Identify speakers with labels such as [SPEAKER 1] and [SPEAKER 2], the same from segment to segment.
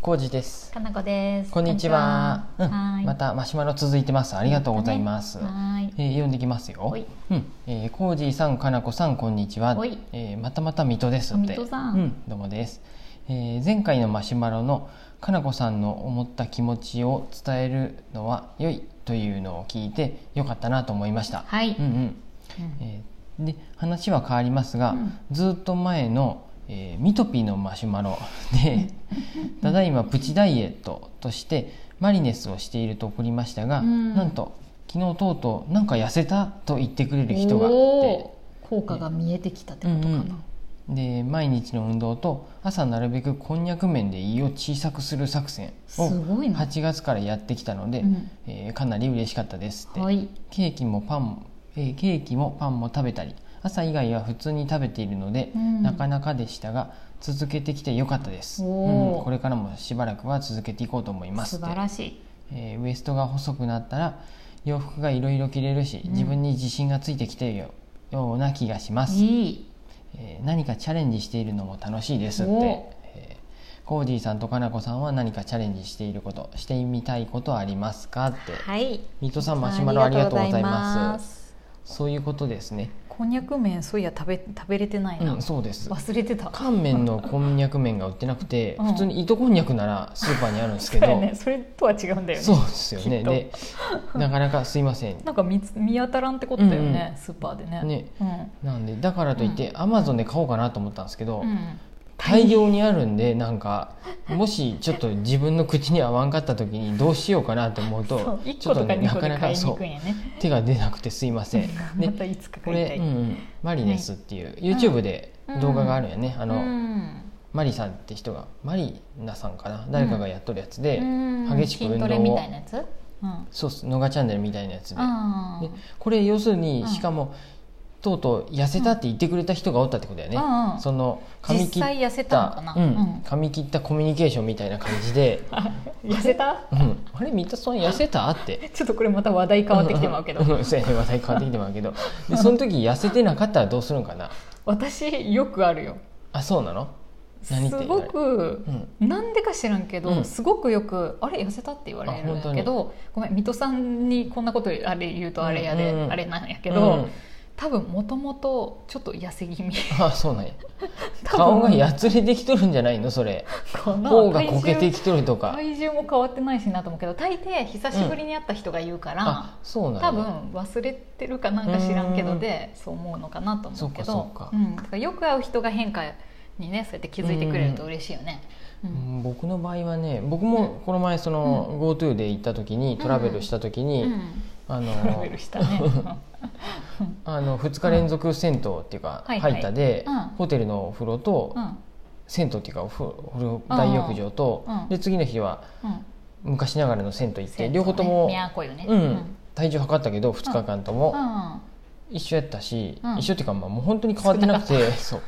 [SPEAKER 1] コウジです。
[SPEAKER 2] かなこです。
[SPEAKER 1] こんにちは。
[SPEAKER 2] こんにちは
[SPEAKER 1] う
[SPEAKER 2] は
[SPEAKER 1] ん、
[SPEAKER 2] い。
[SPEAKER 1] またマシュマロ続いてます。あ
[SPEAKER 2] あ
[SPEAKER 1] りがとうございます。
[SPEAKER 2] はい。
[SPEAKER 1] えー読んできますよ
[SPEAKER 2] おい。
[SPEAKER 1] うん、えー、コージーさん、かなこさん、こんにちは
[SPEAKER 2] おい。
[SPEAKER 1] えーまたまた水戸ですって。
[SPEAKER 2] あ水戸さん
[SPEAKER 1] うん、どうもです。えー前回のマシュマロのかなこさんの思った気持ちを伝えるのは良いというのを聞いて良かったなと思いました。
[SPEAKER 2] はい。
[SPEAKER 1] うんうん。
[SPEAKER 2] うん
[SPEAKER 1] えーで話は変わりますが、
[SPEAKER 2] うん
[SPEAKER 1] ずっと前の、えーミトピーのマシュマロで ただいまプチダイエットとしてマリネスをしていると送りましたが、
[SPEAKER 2] うん
[SPEAKER 1] なんと昨日とうとう「なんか痩せた?」と言ってくれる人がいて
[SPEAKER 2] おー効果が見えてきたってことか
[SPEAKER 1] うんうんで毎日の運動と朝なるべくこんにゃく麺で胃を小さくする作戦を
[SPEAKER 2] すごいな
[SPEAKER 1] 8月からやってきたので、
[SPEAKER 2] うん
[SPEAKER 1] えーかなり嬉しかったですって
[SPEAKER 2] な。はい。
[SPEAKER 1] ケーキもパンも、えーケーキもパンも食べたり朝以外は普通に食べているので、
[SPEAKER 2] うん
[SPEAKER 1] なかなかでしたが続けてきてよかったです、
[SPEAKER 2] おー
[SPEAKER 1] うんこれからもしばらくは続けていこうと思います
[SPEAKER 2] 素
[SPEAKER 1] って
[SPEAKER 2] 晴らしい。
[SPEAKER 1] えーウエストが細くなったら洋服がいろいろ着れるし、
[SPEAKER 2] うん
[SPEAKER 1] 自分に自信がついてきているよような気がします、
[SPEAKER 2] いい。
[SPEAKER 1] えー何かチャレンジしているのも楽しいですって、
[SPEAKER 2] おー
[SPEAKER 1] えーコーディさんとかなこさんは何かチャレンジしていることしてみたいことありますかって、
[SPEAKER 2] はい。
[SPEAKER 1] 水戸さんマシュマロありがとうございます
[SPEAKER 2] す。
[SPEAKER 1] そういうことですね。
[SPEAKER 2] こんにゃく麺そういや食べ食べれてないな。
[SPEAKER 1] うん、そうです。
[SPEAKER 2] 忘れてた。
[SPEAKER 1] 乾麺のこんにゃく麺が売ってなくて、
[SPEAKER 2] うん
[SPEAKER 1] 普通に糸こんにゃくならスーパーにあるんですけど、
[SPEAKER 2] そうやね。それとは違うんだよね。
[SPEAKER 1] そうですよね。
[SPEAKER 2] きっと
[SPEAKER 1] で、なかなかすいません。
[SPEAKER 2] なんか見つ見当たらんってことだよ
[SPEAKER 1] う
[SPEAKER 2] ね
[SPEAKER 1] ん。
[SPEAKER 2] スーパーでね。
[SPEAKER 1] ね、
[SPEAKER 2] うん。
[SPEAKER 1] なんでだからといって、アマゾンで買おうかなと思ったんですけど、
[SPEAKER 2] うん。
[SPEAKER 1] 大量にあるんでなんかもしちょっと自分の口に合わんかった時にどうしようかなと思う
[SPEAKER 2] そ
[SPEAKER 1] と
[SPEAKER 2] う、一
[SPEAKER 1] ちょ
[SPEAKER 2] 個
[SPEAKER 1] っと
[SPEAKER 2] とか
[SPEAKER 1] ね
[SPEAKER 2] 二
[SPEAKER 1] な
[SPEAKER 2] 個
[SPEAKER 1] か
[SPEAKER 2] で
[SPEAKER 1] な
[SPEAKER 2] 買
[SPEAKER 1] か
[SPEAKER 2] いに行
[SPEAKER 1] そ
[SPEAKER 2] くん
[SPEAKER 1] う
[SPEAKER 2] やね。
[SPEAKER 1] 手が出なくてすいません。
[SPEAKER 2] ま
[SPEAKER 1] で
[SPEAKER 2] たいつか
[SPEAKER 1] こ
[SPEAKER 2] 買いた
[SPEAKER 1] れ、
[SPEAKER 2] い。
[SPEAKER 1] うんうん、マリネスっていう YouTube で動画があるよね。あ
[SPEAKER 2] あ
[SPEAKER 1] の、
[SPEAKER 2] うん
[SPEAKER 1] マリさんって人がマリナさんかな誰かがやっとるやつで、
[SPEAKER 2] うん
[SPEAKER 1] 激しく運動を
[SPEAKER 2] 筋トレみたいなやつ、うん、あ
[SPEAKER 1] そうっすノガチャンネルみたいなやつで
[SPEAKER 2] あ
[SPEAKER 1] でこれ要するに、
[SPEAKER 2] うん
[SPEAKER 1] しかもとうとう痩せたって言ってくれた人がおったってことだよね、
[SPEAKER 2] うんうん
[SPEAKER 1] その髪切っ
[SPEAKER 2] 実際痩せたのか
[SPEAKER 1] た
[SPEAKER 2] な、、
[SPEAKER 1] うん髪切ったコミュニケーションみたいな感じで
[SPEAKER 2] あ痩せた
[SPEAKER 1] うん、あれ三田さん痩せたって
[SPEAKER 2] ちょっとこれまた話題変わってきてまうけど、
[SPEAKER 1] んんそうやね話題変わってきてまうけどでその時痩せてなかったらどうするんかな
[SPEAKER 2] 私よくあるよ
[SPEAKER 1] あそうなの何
[SPEAKER 2] す
[SPEAKER 1] って
[SPEAKER 2] ごく
[SPEAKER 1] うん
[SPEAKER 2] なんでか知らんけど、
[SPEAKER 1] うん
[SPEAKER 2] すごくよく「あれ痩せた?」って言われるんだけどごめん水戸さんにこんなことあれ言うとあれやで、
[SPEAKER 1] うんうん
[SPEAKER 2] あれなんやけど、
[SPEAKER 1] うん
[SPEAKER 2] 多分もともとちょっと痩せ気味
[SPEAKER 1] あそうなんや
[SPEAKER 2] 多
[SPEAKER 1] 顔
[SPEAKER 2] 分
[SPEAKER 1] がやつれてきとるんじゃないのそれ
[SPEAKER 2] かな
[SPEAKER 1] 頬がこけてきとるとか
[SPEAKER 2] 体重も変わってないしなと思うけど大抵久しぶりに会った人が言うから、
[SPEAKER 1] あそうなんだ
[SPEAKER 2] 多分忘れてるかなんか知らんけ
[SPEAKER 1] う
[SPEAKER 2] ど
[SPEAKER 1] ん
[SPEAKER 2] でそう思うのかなと思うけど
[SPEAKER 1] そうかそうか
[SPEAKER 2] ん、だからよく会う人が変化にねそうやって気づいてくれると嬉しいよね。う
[SPEAKER 1] うんん僕の場合はね僕もこの前その、GoTo で行った時にトラベルした時 に、
[SPEAKER 2] うん
[SPEAKER 1] あ
[SPEAKER 2] トラ
[SPEAKER 1] の
[SPEAKER 2] ベルしたね
[SPEAKER 1] あの2日連続銭湯っていうか、
[SPEAKER 2] うんはいはい
[SPEAKER 1] 入ったで、
[SPEAKER 2] うん
[SPEAKER 1] ホテルのお風呂と、
[SPEAKER 2] うん
[SPEAKER 1] 銭湯っていうかお風呂お風呂大浴場と、
[SPEAKER 2] うん
[SPEAKER 1] で次の日は
[SPEAKER 2] うん
[SPEAKER 1] 昔ながらの銭湯行っ
[SPEAKER 2] そう
[SPEAKER 1] て、
[SPEAKER 2] やね
[SPEAKER 1] 両方とも、
[SPEAKER 2] 都よね
[SPEAKER 1] うん体重測ったけど2日間とも、
[SPEAKER 2] うん
[SPEAKER 1] 一緒やったし、
[SPEAKER 2] うん
[SPEAKER 1] 一緒っていうか、まあ、もう本当に変わってなくてそう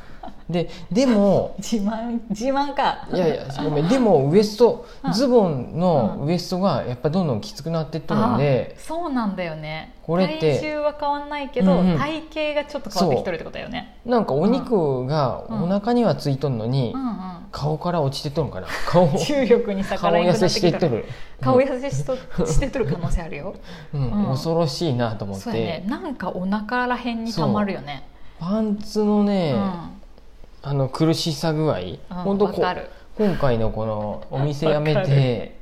[SPEAKER 1] ででも
[SPEAKER 2] 自慢自慢か
[SPEAKER 1] いやいやごめんでもウエスト
[SPEAKER 2] うん
[SPEAKER 1] ズボンの
[SPEAKER 2] う
[SPEAKER 1] ウエストがやっぱどんどんきつくなってっとるんで
[SPEAKER 2] あ、そうなんだよね
[SPEAKER 1] これって
[SPEAKER 2] 体重は変わんないけど、
[SPEAKER 1] うんうん
[SPEAKER 2] 体型がちょっと変わってきとるってことだよね
[SPEAKER 1] なんかお肉が
[SPEAKER 2] うん
[SPEAKER 1] お腹にはついとんのに、
[SPEAKER 2] うんうん
[SPEAKER 1] 顔から落ちてっとるんかな 顔
[SPEAKER 2] 重力に逆
[SPEAKER 1] 顔
[SPEAKER 2] らえな
[SPEAKER 1] 痩
[SPEAKER 2] くな
[SPEAKER 1] せ
[SPEAKER 2] っ
[SPEAKER 1] し
[SPEAKER 2] て
[SPEAKER 1] て
[SPEAKER 2] き
[SPEAKER 1] いっと
[SPEAKER 2] た
[SPEAKER 1] る、
[SPEAKER 2] 顔痩せしとしてとる可能性あるよ
[SPEAKER 1] うん
[SPEAKER 2] うん
[SPEAKER 1] 恐ろしいなと思って、
[SPEAKER 2] そうやねなんかお腹らへんにたまるよね
[SPEAKER 1] パンツの
[SPEAKER 2] う
[SPEAKER 1] ね、
[SPEAKER 2] ん、
[SPEAKER 1] あの苦しさ具合、
[SPEAKER 2] うん
[SPEAKER 1] ほんと
[SPEAKER 2] わ
[SPEAKER 1] こ
[SPEAKER 2] かる
[SPEAKER 1] 今回のこのお店やめ
[SPEAKER 2] わか
[SPEAKER 1] て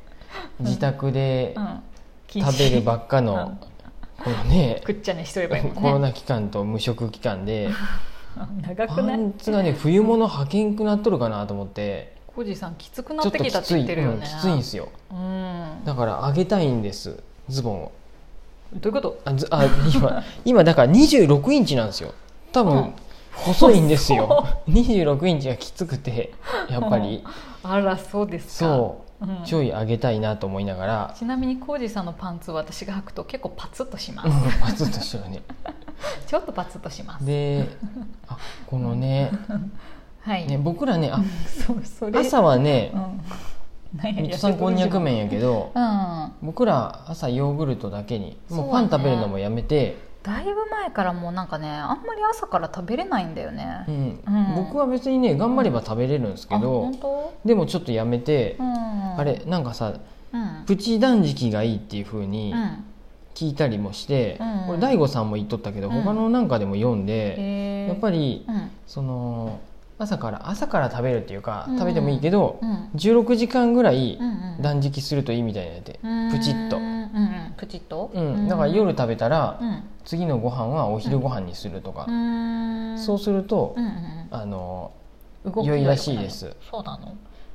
[SPEAKER 1] 自宅で
[SPEAKER 2] うん
[SPEAKER 1] 食べるばっか
[SPEAKER 2] う
[SPEAKER 1] の
[SPEAKER 2] ん
[SPEAKER 1] この ね
[SPEAKER 2] くっちゃねしとればいいもんね
[SPEAKER 1] コロナ期間と無職期間で
[SPEAKER 2] 長く
[SPEAKER 1] パ
[SPEAKER 2] ない
[SPEAKER 1] ンツがね冬物履けんくなっとるかなと思って
[SPEAKER 2] コージさんきつく
[SPEAKER 1] ち
[SPEAKER 2] な
[SPEAKER 1] ょ
[SPEAKER 2] っ
[SPEAKER 1] ってと
[SPEAKER 2] きた
[SPEAKER 1] き
[SPEAKER 2] って
[SPEAKER 1] つ
[SPEAKER 2] 言
[SPEAKER 1] い、
[SPEAKER 2] ってるよ
[SPEAKER 1] うん
[SPEAKER 2] ね
[SPEAKER 1] きついんですよ
[SPEAKER 2] うん
[SPEAKER 1] だから上げたいんですズボンを
[SPEAKER 2] どういうこと
[SPEAKER 1] あずあ 今今だから26インチなんですよ多分、
[SPEAKER 2] うん
[SPEAKER 1] 細いんですよ 26インチがきつくてやっぱり
[SPEAKER 2] あらそうですか、
[SPEAKER 1] そう
[SPEAKER 2] ん
[SPEAKER 1] うちょい上げたいなと思いながら、
[SPEAKER 2] ちなみにコージさんのパンツは私が履くと結構パツッとしま
[SPEAKER 1] うん
[SPEAKER 2] す、
[SPEAKER 1] パツッとしてるね
[SPEAKER 2] ちょっとパツッとします
[SPEAKER 1] であこのね
[SPEAKER 2] はい、
[SPEAKER 1] ね僕らねあ
[SPEAKER 2] そうそれ
[SPEAKER 1] 朝はね
[SPEAKER 2] うん何や
[SPEAKER 1] 水戸さんこんにゃく麺やけど
[SPEAKER 2] うん
[SPEAKER 1] 僕ら朝ヨーグルトだけにもうパン
[SPEAKER 2] そうだ
[SPEAKER 1] 食
[SPEAKER 2] ね
[SPEAKER 1] べるのもやめて
[SPEAKER 2] だいぶ前からもうなんかねあんまり朝から食べれないんだよね、
[SPEAKER 1] う、ん
[SPEAKER 2] うん
[SPEAKER 1] 僕は別にね頑張れば食べれるんですけ
[SPEAKER 2] あ
[SPEAKER 1] ど、
[SPEAKER 2] 本当
[SPEAKER 1] でもちょっとやめて
[SPEAKER 2] う、ん
[SPEAKER 1] あれなんかさ
[SPEAKER 2] うん
[SPEAKER 1] プチ断食がいいっていう風に
[SPEAKER 2] うん
[SPEAKER 1] 聞いたりもして、
[SPEAKER 2] うん
[SPEAKER 1] これ大悟さんも言っとったけど、
[SPEAKER 2] うん
[SPEAKER 1] 他のなんかでも読んで、
[SPEAKER 2] へー
[SPEAKER 1] やっぱり
[SPEAKER 2] うん
[SPEAKER 1] その朝から朝から食べるっていうか、
[SPEAKER 2] うん
[SPEAKER 1] 食べてもいいけど、
[SPEAKER 2] うん
[SPEAKER 1] 16時間ぐらい
[SPEAKER 2] うんうん
[SPEAKER 1] 断食するといいみたいになって、プチッと
[SPEAKER 2] う。んうんプチッと
[SPEAKER 1] うん、だから夜食べたら、
[SPEAKER 2] うん
[SPEAKER 1] 次のご飯はお昼ご飯にするとか、
[SPEAKER 2] うん
[SPEAKER 1] そうすると、
[SPEAKER 2] うんうん
[SPEAKER 1] あの
[SPEAKER 2] うん動きが
[SPEAKER 1] 良い
[SPEAKER 2] 良くな
[SPEAKER 1] ら
[SPEAKER 2] る
[SPEAKER 1] しいです
[SPEAKER 2] そうなの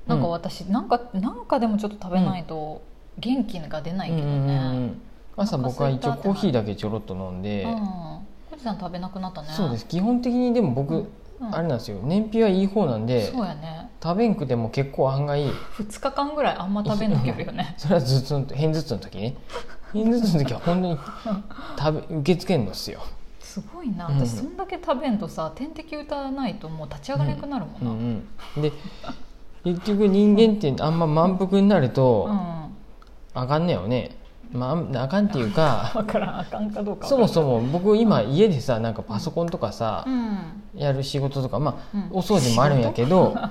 [SPEAKER 2] なんか私なんかなんかでもちょっと食べないと元気が出ないけど
[SPEAKER 1] うんうんう
[SPEAKER 2] ね
[SPEAKER 1] ん朝僕は一応コーヒーだけちょろっと飲んで、
[SPEAKER 2] うん富士山食べなくなったね
[SPEAKER 1] そうです基本的にでも僕、
[SPEAKER 2] うん
[SPEAKER 1] あれなんですよ燃費はいい方なんで
[SPEAKER 2] そうやね
[SPEAKER 1] 食べんくても結構案外
[SPEAKER 2] 2日間ぐらいあんま食べんのける よね
[SPEAKER 1] それは頭痛の片頭痛の時ね片頭痛の時は本当に食べ受け付けんのっすよ、
[SPEAKER 2] すごいな
[SPEAKER 1] うん
[SPEAKER 2] 私そんだけ食べんとさ点滴打たないともう立ち上がれなくなるも
[SPEAKER 1] うん
[SPEAKER 2] な
[SPEAKER 1] うん、で結局人間ってあんま満腹になると、
[SPEAKER 2] うん
[SPEAKER 1] あかんねよね、まあ、あかんっていうか
[SPEAKER 2] 分からんあかんかどうか
[SPEAKER 1] そも
[SPEAKER 2] も
[SPEAKER 1] そも僕今家でさなんかパソコンとかさ、
[SPEAKER 2] うん
[SPEAKER 1] やる仕事とかまあ、
[SPEAKER 2] うん
[SPEAKER 1] お掃除もあるんやけど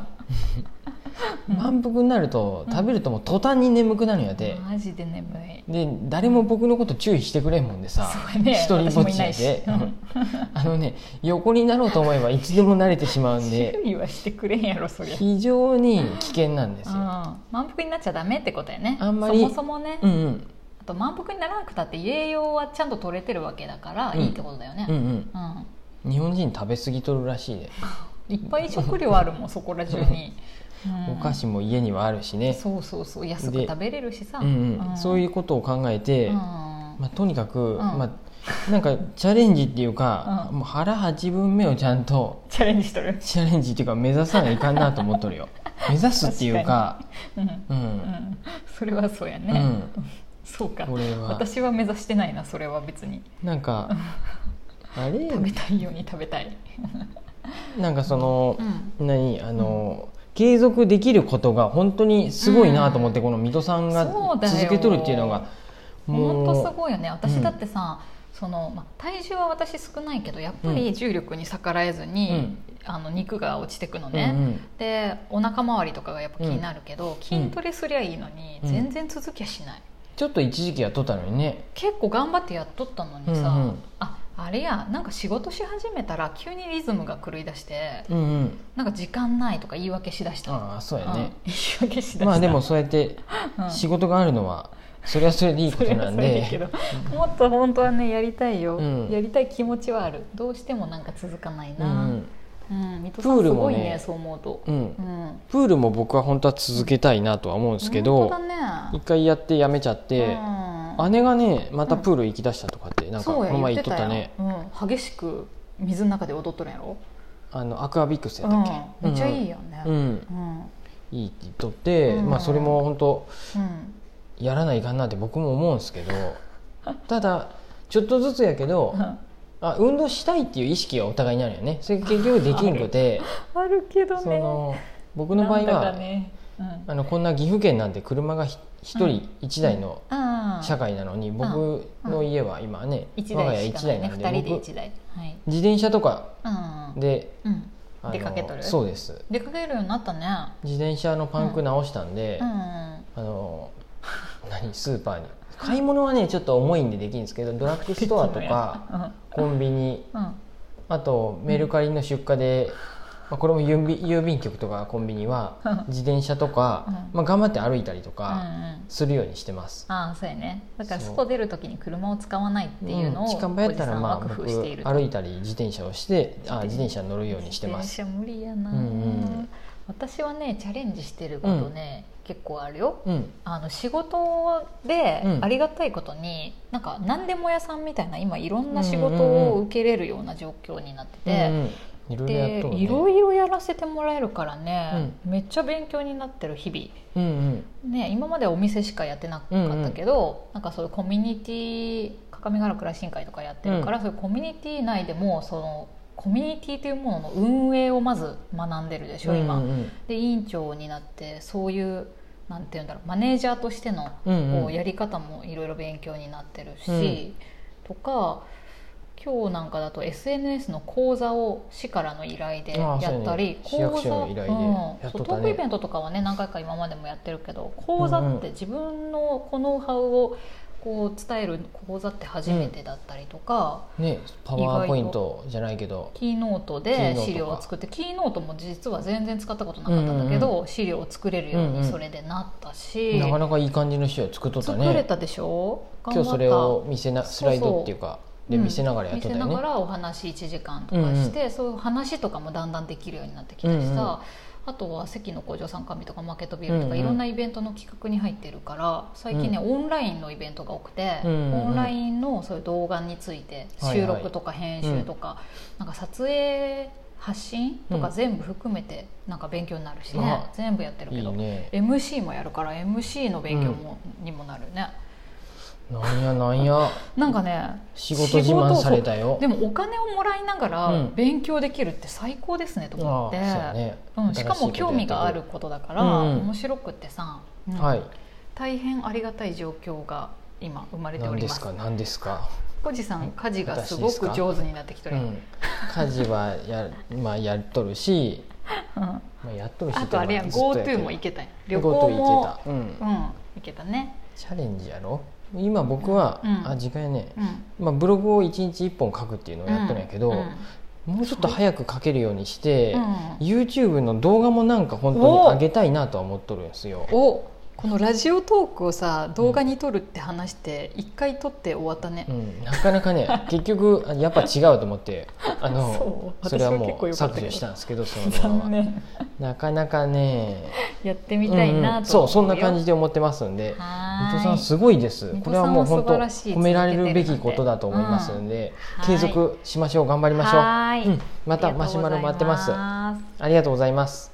[SPEAKER 1] 満腹になると食べるともう途端に眠くなるんやで、
[SPEAKER 2] マジで眠い
[SPEAKER 1] で誰も僕のこと注意してくれんもんでさ
[SPEAKER 2] そうやね
[SPEAKER 1] 一人ぼっちやで
[SPEAKER 2] 私もいないし
[SPEAKER 1] あのね横になろうと思えばいつでも慣れてしまうん
[SPEAKER 2] 注
[SPEAKER 1] で
[SPEAKER 2] 意はしてくれんやろそりゃ
[SPEAKER 1] 非常に危険なんです
[SPEAKER 2] うん
[SPEAKER 1] よ。
[SPEAKER 2] 満腹になっちゃダメってことやね
[SPEAKER 1] あんまり
[SPEAKER 2] そもそもね、
[SPEAKER 1] うんうん
[SPEAKER 2] あと満腹にならなくたって栄養はちゃんと取れてるわけだから、
[SPEAKER 1] うん
[SPEAKER 2] いいってことだよね、
[SPEAKER 1] うん
[SPEAKER 2] うん
[SPEAKER 1] うん、日本人食べ過ぎとるらしいで、
[SPEAKER 2] いっぱい食料あるもんそこら中に、うん
[SPEAKER 1] お菓子も家にはあるしね
[SPEAKER 2] そうそうそう安く
[SPEAKER 1] で
[SPEAKER 2] 食べれるしさ、
[SPEAKER 1] うんうんそういううことを考えて、
[SPEAKER 2] うん
[SPEAKER 1] まあ、とにかく、
[SPEAKER 2] ん
[SPEAKER 1] まあ、なんかチャレンジっていうか、
[SPEAKER 2] うん
[SPEAKER 1] もう腹8分目をちゃんと
[SPEAKER 2] チャレンジしとる、
[SPEAKER 1] チャレンジっていうか目指さないかんなと思っとる よ目指すっていうか
[SPEAKER 2] うん
[SPEAKER 1] うん、
[SPEAKER 2] うんそれはそうや
[SPEAKER 1] う
[SPEAKER 2] ね、
[SPEAKER 1] ん
[SPEAKER 2] そうか
[SPEAKER 1] これは
[SPEAKER 2] 私は目指してないなそれは別に
[SPEAKER 1] なん かあれ
[SPEAKER 2] 食べたいように食べたい、
[SPEAKER 1] なんかその、
[SPEAKER 2] ん、
[SPEAKER 1] 何あの、継続できることが本当にすごいなと思って、この水戸さんが
[SPEAKER 2] そうだよ
[SPEAKER 1] 続けとるっていうのが
[SPEAKER 2] 本当す
[SPEAKER 1] も
[SPEAKER 2] ごいよね私だってさ、そのまあ体重は私少ないけどやっぱり重力に逆らえず
[SPEAKER 1] う
[SPEAKER 2] に
[SPEAKER 1] ん、
[SPEAKER 2] あの肉が落ちてくの
[SPEAKER 1] う、
[SPEAKER 2] ね、
[SPEAKER 1] うん
[SPEAKER 2] でお腹周りとかがやっぱ気になるけど、筋トレすりゃいいのに
[SPEAKER 1] うん
[SPEAKER 2] 全然続きゃしない、
[SPEAKER 1] ちょっと一時期やっとったのにね
[SPEAKER 2] 結構頑張ってやっとったのにさ、
[SPEAKER 1] うんうん
[SPEAKER 2] ああれやなんか仕事し始めたら急にリズムが狂い出して
[SPEAKER 1] うんうん
[SPEAKER 2] なんか時間ないとか言い訳しだした、
[SPEAKER 1] ああそうやね
[SPEAKER 2] うん、言い訳しだした
[SPEAKER 1] まあでもそうやって
[SPEAKER 2] うん
[SPEAKER 1] 仕事があるのはそれはそれでいい
[SPEAKER 2] そ
[SPEAKER 1] こ
[SPEAKER 2] れ
[SPEAKER 1] とな
[SPEAKER 2] は そ
[SPEAKER 1] ん
[SPEAKER 2] れでいいけ
[SPEAKER 1] で
[SPEAKER 2] どもっと本当はねやりたいよ、
[SPEAKER 1] うん
[SPEAKER 2] やりたい気持ちはあるどうしてもなんか続かないうな、
[SPEAKER 1] ん
[SPEAKER 2] うん水戸さん
[SPEAKER 1] プール
[SPEAKER 2] す
[SPEAKER 1] も
[SPEAKER 2] ご
[SPEAKER 1] ね
[SPEAKER 2] いねそう思うと、
[SPEAKER 1] うんうん
[SPEAKER 2] うん、
[SPEAKER 1] プールも僕は本当は続けたいなとは思うんですけ
[SPEAKER 2] 本当
[SPEAKER 1] ど
[SPEAKER 2] だね
[SPEAKER 1] 一回やってやめちゃって
[SPEAKER 2] うん
[SPEAKER 1] 姉がねまたプール行きだしたとかってなんか
[SPEAKER 2] そう
[SPEAKER 1] こ
[SPEAKER 2] や
[SPEAKER 1] の前言
[SPEAKER 2] 言っ
[SPEAKER 1] ってとったた
[SPEAKER 2] ね
[SPEAKER 1] ね、
[SPEAKER 2] うん、激しく水の中で踊っとるやろ、
[SPEAKER 1] あのアクアビックスや
[SPEAKER 2] う
[SPEAKER 1] ったっ
[SPEAKER 2] ん、めっちゃいいよね
[SPEAKER 1] けうん
[SPEAKER 2] うん、うん
[SPEAKER 1] いいって言っとって
[SPEAKER 2] うん
[SPEAKER 1] まあそれも本当やらないかなって僕も思うんですけ どただちょっとずつやけど
[SPEAKER 2] うん
[SPEAKER 1] あ運動したいっていう意識はお互いになるよねそれが結局できんく て
[SPEAKER 2] あるけど
[SPEAKER 1] そ
[SPEAKER 2] ね
[SPEAKER 1] の僕の場合
[SPEAKER 2] なんだ
[SPEAKER 1] は
[SPEAKER 2] かねうん
[SPEAKER 1] あのこんな岐阜県なんて車がひ一人一台の
[SPEAKER 2] あ
[SPEAKER 1] 社会なのに、僕の家は今ね、
[SPEAKER 2] 1
[SPEAKER 1] 我が家
[SPEAKER 2] 台し
[SPEAKER 1] 一
[SPEAKER 2] かない
[SPEAKER 1] 台な
[SPEAKER 2] ね
[SPEAKER 1] んで
[SPEAKER 2] 2人で
[SPEAKER 1] 僕
[SPEAKER 2] 1台はい
[SPEAKER 1] 自転車とか
[SPEAKER 2] うん
[SPEAKER 1] で
[SPEAKER 2] うん
[SPEAKER 1] あの
[SPEAKER 2] 出かけとる
[SPEAKER 1] そうです
[SPEAKER 2] 出かけるようになったね
[SPEAKER 1] 自転車のパンク直したんで、
[SPEAKER 2] うん
[SPEAKER 1] あの何スーパーに買い物はねちょっと重いんでできるんですけどドラッグストアと かコンビニ
[SPEAKER 2] うんうん
[SPEAKER 1] あとメルカリの出荷で、まあ、これも郵便郵便局とかコンビニは自転車とか、
[SPEAKER 2] う
[SPEAKER 1] まあ、頑張って歩いたりと
[SPEAKER 2] う
[SPEAKER 1] か
[SPEAKER 2] んうん
[SPEAKER 1] するようにしてます。
[SPEAKER 2] ああそうやねだから
[SPEAKER 1] そう
[SPEAKER 2] 外出る時に車を使わないっていうのを
[SPEAKER 1] ん、
[SPEAKER 2] おじ
[SPEAKER 1] 近場やった
[SPEAKER 2] さ
[SPEAKER 1] ら
[SPEAKER 2] ん
[SPEAKER 1] ま
[SPEAKER 2] は
[SPEAKER 1] あ
[SPEAKER 2] 工
[SPEAKER 1] 僕
[SPEAKER 2] 夫していると
[SPEAKER 1] 歩いたり自転車をしてあ自転車に乗るようにしてます
[SPEAKER 2] 自転車無理やな、
[SPEAKER 1] うんうん
[SPEAKER 2] 私はねチャレンジしてることね、結構あるよ
[SPEAKER 1] うん
[SPEAKER 2] あの仕事で
[SPEAKER 1] うん
[SPEAKER 2] ありがたいことに、なんか何でも屋さんみたいな今いろんな仕
[SPEAKER 1] うん
[SPEAKER 2] 事
[SPEAKER 1] うんうん
[SPEAKER 2] を受けれるような状況になってて、
[SPEAKER 1] うんうん、いろいろやっ
[SPEAKER 2] で
[SPEAKER 1] とるね
[SPEAKER 2] いろいろやらせてもらえるからね、めっちゃ勉強になってる日々。
[SPEAKER 1] うんうん
[SPEAKER 2] ね、今まではお店しかやってなかったけど、なんかそういうコミュニティ各務原暮らし委員会とかやってるから、そういうコミュニティ内でもそのコミュニティというものの運営をまず学んでるでしょ今。
[SPEAKER 1] うんうん
[SPEAKER 2] で委員長になってそういうなんて言うんだろうマネージャーとしての
[SPEAKER 1] うんうん
[SPEAKER 2] こうやり方もいろいろ勉強になってるし、
[SPEAKER 1] うん
[SPEAKER 2] とか今日なんかだと SNS の講座を市からの依頼で
[SPEAKER 1] あ
[SPEAKER 2] や
[SPEAKER 1] あ
[SPEAKER 2] ったり、
[SPEAKER 1] そうやね
[SPEAKER 2] 講
[SPEAKER 1] 市役所
[SPEAKER 2] 座
[SPEAKER 1] の依頼でや
[SPEAKER 2] う
[SPEAKER 1] っ
[SPEAKER 2] ん、
[SPEAKER 1] と
[SPEAKER 2] そ
[SPEAKER 1] ったね
[SPEAKER 2] うトークイベントとかはね何回か今までもやってるけど講座
[SPEAKER 1] うんう
[SPEAKER 2] っ
[SPEAKER 1] ん
[SPEAKER 2] て自分のこうノウハウをこう伝える講座って初めてだったりとか、
[SPEAKER 1] ねパワーポイントじゃないけど
[SPEAKER 2] キーノート
[SPEAKER 1] キーノー
[SPEAKER 2] で
[SPEAKER 1] トか
[SPEAKER 2] 資料を作ってキーノートも実は全然使ったことなかったんだけど、
[SPEAKER 1] うん
[SPEAKER 2] 資料を作れるよう
[SPEAKER 1] うんうん
[SPEAKER 2] にそれでなったし、
[SPEAKER 1] なかなかいい感じの資料作っとった
[SPEAKER 2] 作れ
[SPEAKER 1] ね
[SPEAKER 2] たでしょ頑張
[SPEAKER 1] 今日
[SPEAKER 2] った
[SPEAKER 1] それを見せなス
[SPEAKER 2] そうそう
[SPEAKER 1] ライドっていうかで見せながらやっとったよ
[SPEAKER 2] 見せなが
[SPEAKER 1] ね
[SPEAKER 2] らお話1時間とかして、そういう話とかもだんだんできるようになってきたしさ、
[SPEAKER 1] うんうん
[SPEAKER 2] あとは関の工場参加日とかマーケットビルとか、
[SPEAKER 1] うんうん
[SPEAKER 2] いろんなイベントの企画に入ってるから最近ね、オンラインのイベントが多くて、
[SPEAKER 1] うんうんうん
[SPEAKER 2] オンラインのそういう動画について
[SPEAKER 1] はいはい
[SPEAKER 2] 収録とか編集とか、なんか撮影発信と
[SPEAKER 1] う
[SPEAKER 2] か
[SPEAKER 1] ん
[SPEAKER 2] 全部含めてなんか勉強になるしね、
[SPEAKER 1] あ
[SPEAKER 2] 全部やってる
[SPEAKER 1] い
[SPEAKER 2] けど
[SPEAKER 1] いね
[SPEAKER 2] MC もやるから MC の勉強も、にもなるね
[SPEAKER 1] なんやなんや
[SPEAKER 2] なんかね
[SPEAKER 1] 仕事自慢されたよ
[SPEAKER 2] でもお金をもらいなが
[SPEAKER 1] う
[SPEAKER 2] ら
[SPEAKER 1] ん
[SPEAKER 2] 勉強できるって最高ですねと思って、
[SPEAKER 1] ああそうね
[SPEAKER 2] うん、しかも興味があ
[SPEAKER 1] 新
[SPEAKER 2] る
[SPEAKER 1] しいこ
[SPEAKER 2] ことだから、
[SPEAKER 1] うんうん
[SPEAKER 2] 面白くってさ、うん
[SPEAKER 1] とやってる
[SPEAKER 2] 大変ありがたい状況が今生まれ
[SPEAKER 1] はい
[SPEAKER 2] てお
[SPEAKER 1] 何
[SPEAKER 2] り
[SPEAKER 1] で
[SPEAKER 2] ますす
[SPEAKER 1] か何ですか
[SPEAKER 2] 小路さん家事がす
[SPEAKER 1] 私
[SPEAKER 2] ご
[SPEAKER 1] ですか
[SPEAKER 2] く上手になってきてる
[SPEAKER 1] う
[SPEAKER 2] よ、
[SPEAKER 1] ん家事はやまあやっとるし
[SPEAKER 2] うん
[SPEAKER 1] まあやっとるし
[SPEAKER 2] あとあれや
[SPEAKER 1] っていうかずっとや
[SPEAKER 2] GoTo も
[SPEAKER 1] っ
[SPEAKER 2] 行
[SPEAKER 1] てる
[SPEAKER 2] けたんや旅行
[SPEAKER 1] GoTo
[SPEAKER 2] も
[SPEAKER 1] 行けたうん
[SPEAKER 2] うん行けたね
[SPEAKER 1] チャレンジやろ今僕は
[SPEAKER 2] うん
[SPEAKER 1] あ時間やね
[SPEAKER 2] うん
[SPEAKER 1] まあブログを一日一本書くっていうのをやっとるんやけど
[SPEAKER 2] うん
[SPEAKER 1] もうちょっと早く書けるようにして
[SPEAKER 2] うん
[SPEAKER 1] YouTube の動画もなんか本当に
[SPEAKER 2] お
[SPEAKER 1] 上げたいなとは思っとるんですよ
[SPEAKER 2] おこのラジオトークをさ動画に撮るって話して一回撮って終わったね
[SPEAKER 1] う、ん、なかなか ね結局あやっぱ違うと思ってあの
[SPEAKER 2] そう
[SPEAKER 1] それは
[SPEAKER 2] 私は
[SPEAKER 1] も
[SPEAKER 2] 結構
[SPEAKER 1] う
[SPEAKER 2] 良かった
[SPEAKER 1] 削
[SPEAKER 2] け
[SPEAKER 1] 除
[SPEAKER 2] ど
[SPEAKER 1] したんですけどその動画
[SPEAKER 2] 残
[SPEAKER 1] は
[SPEAKER 2] 念
[SPEAKER 1] なかなかね
[SPEAKER 2] やってみたい
[SPEAKER 1] うんう
[SPEAKER 2] なんと
[SPEAKER 1] そう
[SPEAKER 2] 思
[SPEAKER 1] そん
[SPEAKER 2] よ
[SPEAKER 1] な感じで思ってますんで
[SPEAKER 2] は
[SPEAKER 1] 水
[SPEAKER 2] ーい
[SPEAKER 1] 戸さんすごいです
[SPEAKER 2] 水戸さ
[SPEAKER 1] これは
[SPEAKER 2] んは
[SPEAKER 1] もう本当
[SPEAKER 2] 素晴らしい
[SPEAKER 1] 褒められるべきことだと思いますんで、
[SPEAKER 2] うん
[SPEAKER 1] 継続しましょう頑張りましょう
[SPEAKER 2] はーい
[SPEAKER 1] うんまたマシュマロ待ってます
[SPEAKER 2] ありがとうございま
[SPEAKER 1] ありがとうございま
[SPEAKER 2] す
[SPEAKER 1] す